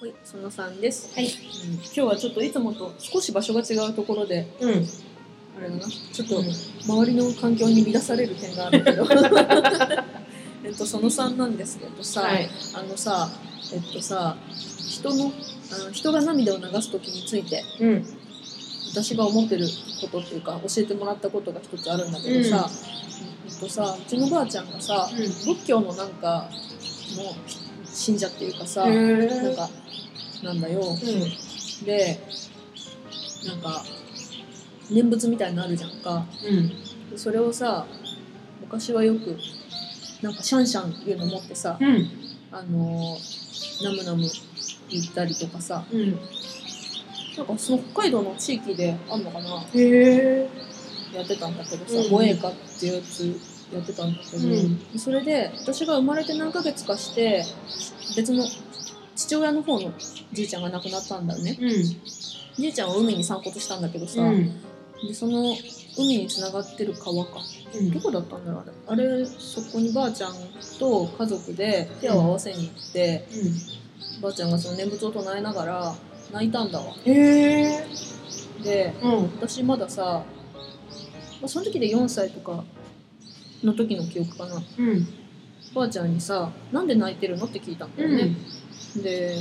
はい、そのさんです。はい、うん今日はちょっといつもと少し場所が違うところでうん、あれだなちょっうとん周りの環境に乱される点があ るけどえっとその3なんですけどさ、はい、あのさえっとさ人のあの人が涙を流す時についてうん、私が思ってることっていうか教えてもらったことが一つあるんだけどさ、えっとさうちのばあちゃんがさ仏教のなんかの信者っていうかさ、うん、なんかなんだよ、でなんか念仏みたいなのあるじゃんかでそれをさ昔はよくなんかシャンシャンっていうの持ってさうん、うん、あのーナムナム言ったりとかさうん、なんかその北海道の地域であんのかなへえ、やってたんだけどうんさ「護衛歌」っていうやつやってたんだけど、うそれで私が生まれて何ヶ月かして別の父親の方のじいちゃんが亡くなったんだよねうじいちゃんは海に散骨したんだけどさ、ん、うん、でその海につながってる川かどこだったんだろうあれあれそこにばあちゃんと家族で手を合わせに行って、ばあちゃんがその念仏を唱えながら泣いたんだわうん、へえ、でうん、私まださ、まあその時で4歳とかの時の記憶かなうん、ばあちゃんにさ「なんで泣いてるの?」って聞いたんだよね、で、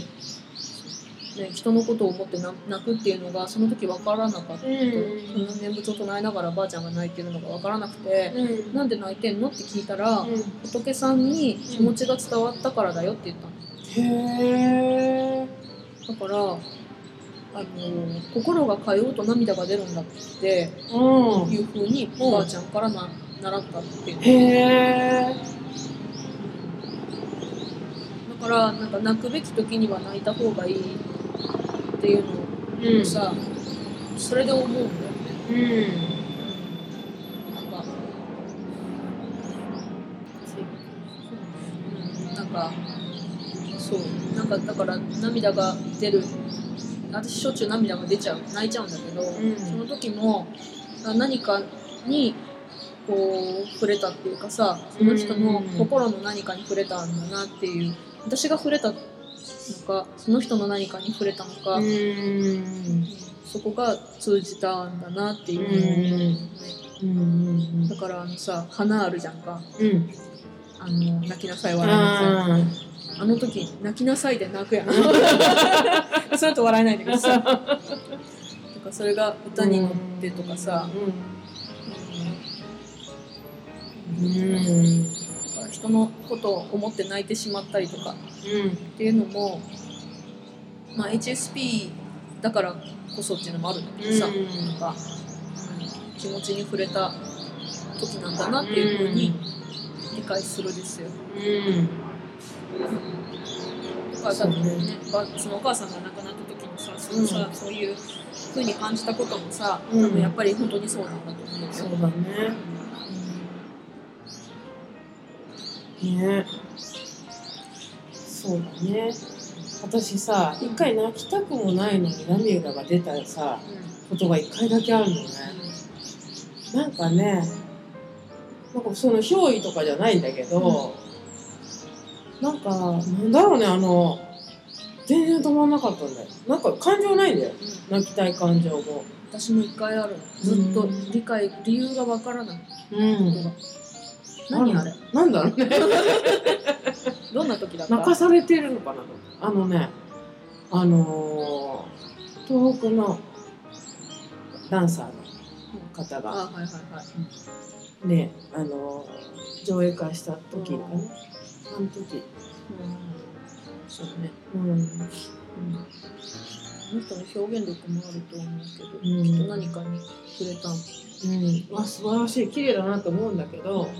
ね、人のことを思ってな泣くっていうのがその時分からなかった、うんその念仏を唱えながらばあちゃんが泣いてるのが分からなくて、うん、なんで泣いてんのって聞いたら、うん、仏さんに気持ちが伝わったからだよって言ったのへえ、だからあの心が通うと涙が出るんだってうん、いうふうにおばあちゃんからな習ったっていうへえ、だからなんか泣くべき時には泣いた方がいいっていうのうをさ、それで思うんだよねうん、なんかうんなんかそうなんかだから涙が出る私しょっちゅう涙が出ちゃう泣いちゃうんだけど、んその時もあ何かにこう触れたっていうかさその人の心の何かに触れたんだなっていう私が触れたのかその人の何かに触れたのか、うん、そこが通じたんだなっていうのをうね、うんだ、からあのさ花あるじゃんかうん、あの泣きなさい笑いなさいああの時泣きなさいで泣くやん その後笑えないんだけどさとかそれが歌に乗ってとかさ、うん、うん、だから人のことを思って泣いてしまったりとかうん。っていうのも、まあ、HSP だからこそっていうのもあるんだけどさ、うんなんか、うん気持ちに触れた時なんだなっていうふうに理解するですよ。うお母さんのそうねねばそのお母さんが亡くなった時にさそのさ、うそういう風に感じたこともさ、うん多分やっぱり本当にそうなんだと思うんんですそよ。うだねねそうだね私さ一回泣きたくもないのに涙が出たさことが一回だけあるのねなんかねなんかその憑依とかじゃないんだけど、なんかなんだろうねあの全然止まんなかったんだよなんか感情ないんだようん泣きたい感情も私も一回あるずっと理解理由がわからないことが、何あれなんだろうねどんな時だった泣かされてるのかなあのねあのー東北のダンサーの方あがはいはいはいねあのー上映会した時かな、うんあの時そうねうん、あの人の表現力もあると思うけど、うんきっと何かに触れたんだうん、わ素晴らしい綺麗だなと思うんだけどろうね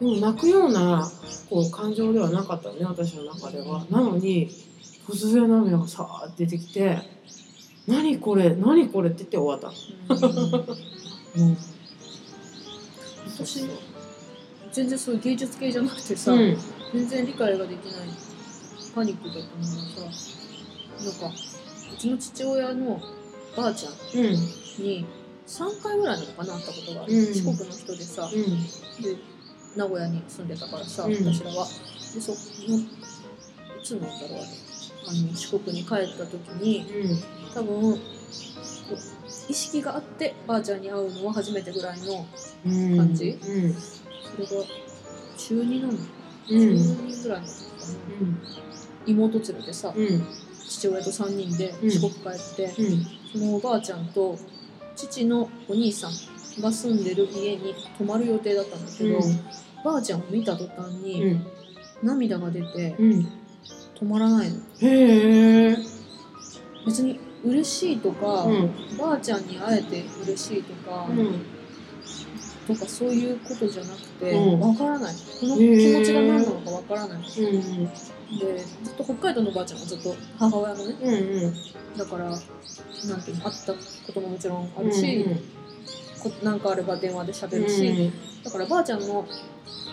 でも泣くようなこう感情ではなかったのね私の中ではなのに突然涙がさーって出てきて「何これ何これ」って言って終わったの。うん私全然そういう芸術系じゃなくてさ、うん全然理解ができないパニックだったのがさなんかうちの父親のばあちゃうんんに3回ぐらいなのかな会ったことがある、うん四国の人でさうんで名古屋に住んでたからさ、うん私らはでそのうつなんだろうあれあの四国に帰った時にうん多分こう意識があってばあちゃんに会うのは初めてぐらいのうん感じうんそれが中2なの、うん中2ぐらいの時かな、うん妹連れてさうん父親と3人でうん四国帰って、うんそのおばあちゃんと父のお兄さんが住んでる家に泊まる予定だったんだけど、ばあちゃんを見た途端うにん涙が出てうん止まらないのへえ別に嬉しいとか、うんばあちゃんに会えて嬉しいとか、うんとかそういうことじゃなくて、うんわからないこの気持ちが何なのかわからないうんでずっと北海道のばあちゃんはずっと母親のねうんうんだからなんていうの会ったことももちろんああるるし、しこなんかあれば電話で喋るるし、しだからばあちゃんの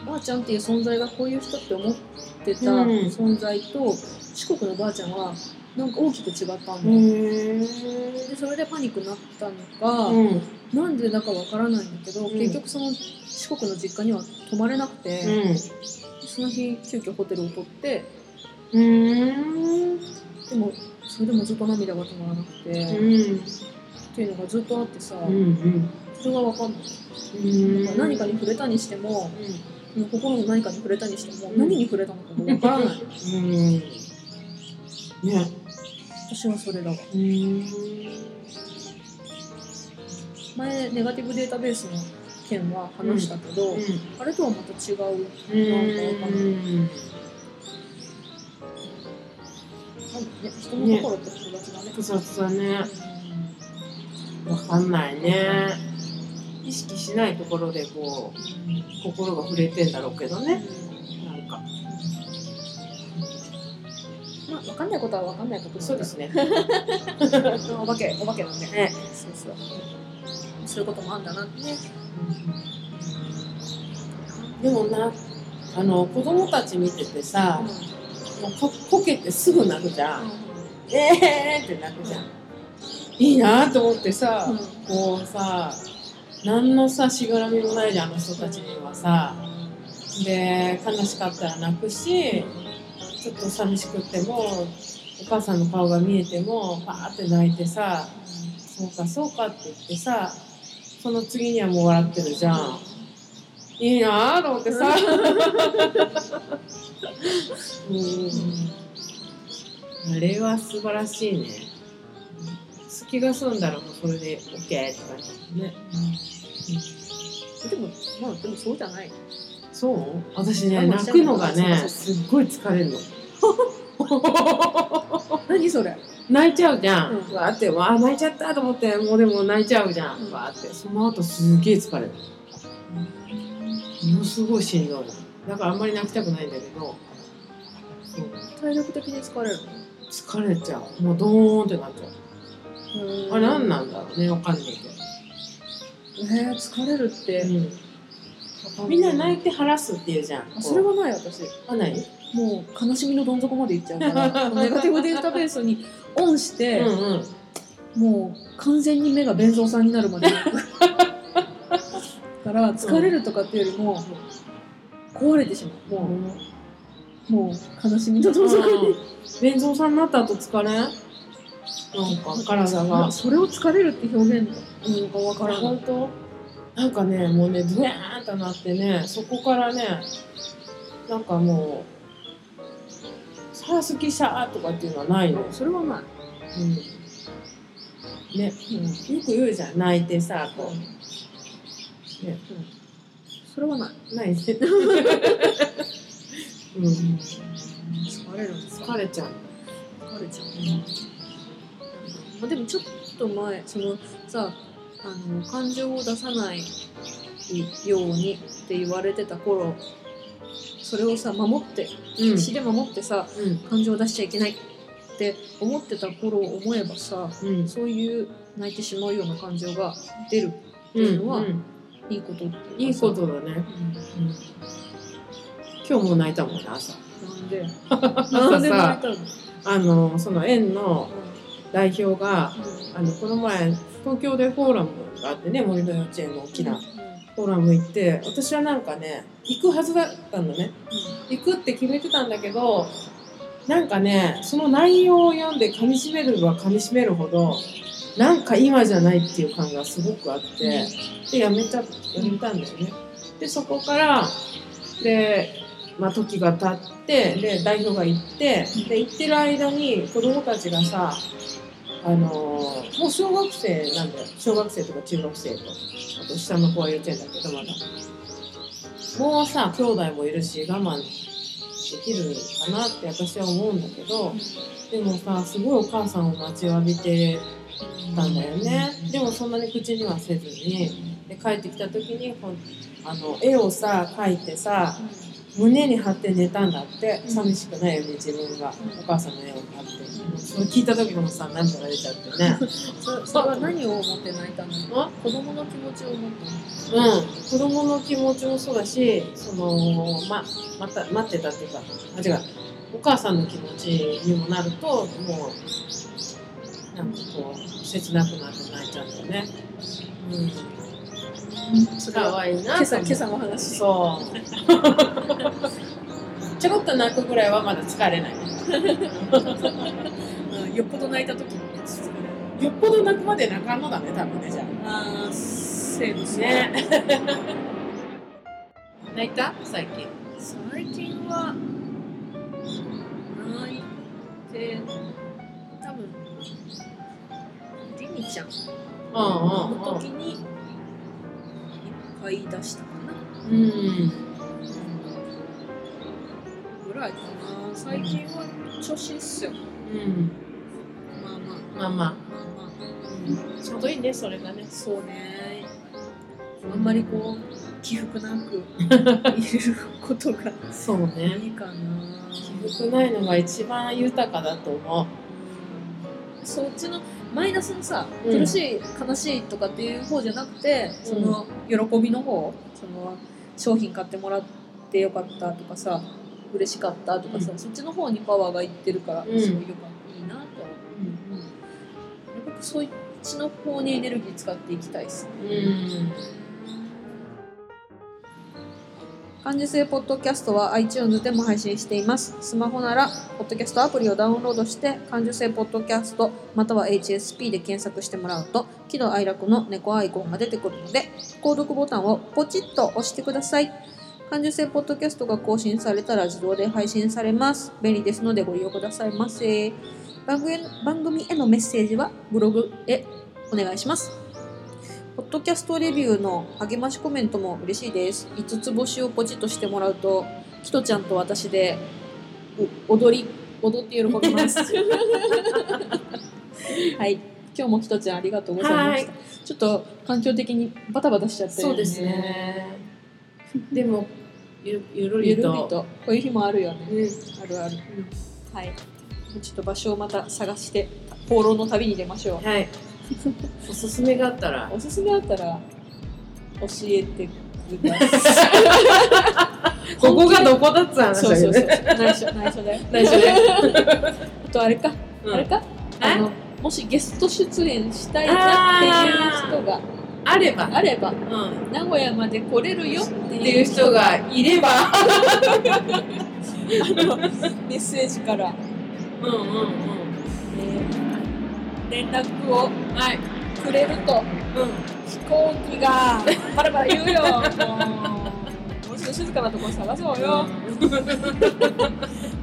ばあちゃんっていう存在がこういう人って思ってたうん存在と四国のばあちゃんはなんか大きく違ったんだよ、へでそれでパニックになったのか、うんなんでだかわからないんだけど、うん結局その四国の実家には泊まれなくて、その日急遽ホテルを取ってうんでもそれでもずっと涙が止まらなくて、っうんていうのがずっとあってさ、うんそれがわかんない、うんなんか何かに触れたにしても心の何かに触れたにしても、うん何に触れたのかがわからないうんね 私はそれだわうん前ネガティブデータベースの件は話したけど、あれとはまた違ううんなんかわかんないなんかね人の心って複雑だね複雑だねわかんないね意識しないところでこう心が触れてんだろうけどうんねなんかまあ、分かんないことは分かんないことそうですねうんお化けお化けなんでねそうそうそういうこともあんだなってねでもなあの子供たち見ててさうん、もうここけてすぐ泣くじゃん、うえーって泣くじゃん、いいなと思ってさ、んこうさ何のさしがらみもないじゃんあの人たちにはさで悲しかったら泣くしちょっと寂しくってもお母さんの顔が見えてもパーって泣いてさそうかそうかって言ってさその次にはもう笑ってるじゃんいいなぁと思っ てさうんあれは素晴らしいね隙が済んだらもうそれで OK って感じだねでもまあでもそうじゃないそう私あねもう泣くのがそうねそうすっごい疲れるの何それ泣いちゃうじゃん、うんわーってわあ泣いちゃったと思ってもうでも泣いちゃうじゃん、うんわーってその後すげえ疲れるものすごいしんどいのだからあんまり泣きたくないんだけどそう体力的に疲れる疲れちゃうもうドーンってなっちゃうのあれ何なんだろうねわかんないけえー、疲れるって、ど、わかみんな泣いて晴らすっていうじゃんあそれはない私あないもう悲しみのどん底まで行っちゃうから ネガティブデータベースにオンして、うんうんもう完全に目が弁蔵さんになるま でだから疲れるとかっていうよりも壊れてしまうもうもう悲しみのどん底に弁蔵さんになった後疲れんなんか体がそれを疲れるって表現うんが分からない本当なんかねもうねドヤーンとなってねそこからねなんかもう「さあ好きシャー」とかっていうのはないの、うそれはない、ん、ねよく言うじゃん泣いてさこう、ね、それはない泣いて うん疲れるんですか疲れちゃう疲れちゃうね、まあ、でもちょっと前そのさあの感情を出さないようにって言われてた頃それをさ守ってうん必死で守ってさ感情を出しちゃいけないって思ってた頃を思えばさうんうんそういう泣いてしまうような感情が出るっていうのは、うんいいことっていいいうかさことだね、うん今日もう泣いたもんね朝なんでさなんで泣いたのあのその園の代表があのこの前東京でフォーラムがあってね森の幼稚園の大きなフォーラム行って私はなんかね行くはずだったんだね行くって決めてたんだけどなんかねその内容を読んで噛みしめるは噛みしめるほどなんか今じゃないっていう感がすごくあってでやめちゃやめたんだよね。でそこからで、まあ、時が経ってで代表が行ってで行ってる間に子供たちがさあのーもう小学生なんだよ小学生とか中学生とあと下の子は幼稚園だけどまだもうさ兄弟もいるし我慢できるかなって私は思うんだけどでもさすごいお母さんを待ちわびてたんだよねでもそんなに口にはせずにで帰ってきた時にほんあの絵をさ描いてさ胸に貼って寝たんだってうん寂しくないよね自分がうんお母さんの絵を貼ってそれ聞いた時もさ涙が出ちゃってねそそれは何を思って泣いたのあ子供の気持ちを思ったのうん子供の気持ちもそうだしそのままた待ってたっていうかあ違うお母さんの気持ちにもなるともうなんかこう切なくなって泣いちゃうんだよねうんかわいいな今朝今と思って朝の話そうちょこっと泣くぐらいはまだ疲れないうんよっぽど泣いた時にねちょっとねよっぽど泣くまで泣かんのだね多分ねじゃあーセーブあするね 泣いた最近最近は泣いて多分りみちゃんうんの時に一回出したかなうんうんぐらいかな最近は調子いいっすようんまあまあまあまあままああちょうどいいねそれがねそうねあんまりこう起伏なく入れることがそう ねいいかな起伏ないのが一番豊かだと思そっちのマイナスのさうん苦しい、悲しいとかっていう方じゃなくてんその喜びの方その商品買ってもらってよかったとかさ嬉しかったとかさ、うそっちの方にパワーがいってるから、うんすごいよかったいいなとはう思う僕そっちの方にエネルギー使っていきたいですねうんうん感受性ポッドキャストは iTunes でも配信しています。スマホなら、ポッドキャストアプリをダウンロードして、感受性ポッドキャスト、または HSP で検索してもらうと、喜怒哀楽の猫アイコンが出てくるので、購読ボタンをポチッと押してください。感受性ポッドキャストが更新されたら自動で配信されます。便利ですのでご利用くださいませ。番組へ番組へのメッセージはブログへお願いします。ポッドキャストレビューの励ましコメントも嬉しいです。5つ星をポチッとしてもらうと、キトちゃんと私でう踊り、踊って喜びます。 はい。今日もキトちゃんありがとうございました。ちょっと環境的にバタバタしちゃって、そうです。ねでもゆゆるゆるりりとと、こういう日もあるよね。うんあるある。はい。ちょっと場所をまた探して、放浪の旅に出ましょう。はい。おすすめがあったら。おすすめあったら教えてください。 ここがどこだっつう話そうだそけどうそう。ね。内緒内緒だよ。内緒ね。あとあれか、うん あれか。えあのもしゲスト出演したいなっていう人があれば、あればうん、名古屋まで来れるよってっていいうう人がいれば、あのメッセージから、うんうんうん。えー連絡をはい。くれるとう飛行機がバラバラ言 うよ。もうもうちょっと静かなところ探そうよ。ん。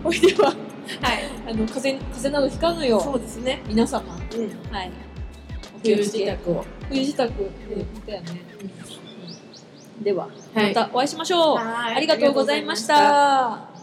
おいでは。はい。あの風邪風邪などひかぬようそうですね。皆様、うん。はい、お給気をつ自け宅を。冬支度本当やね、では、はい。またお会いしましょう、はいありがとうございました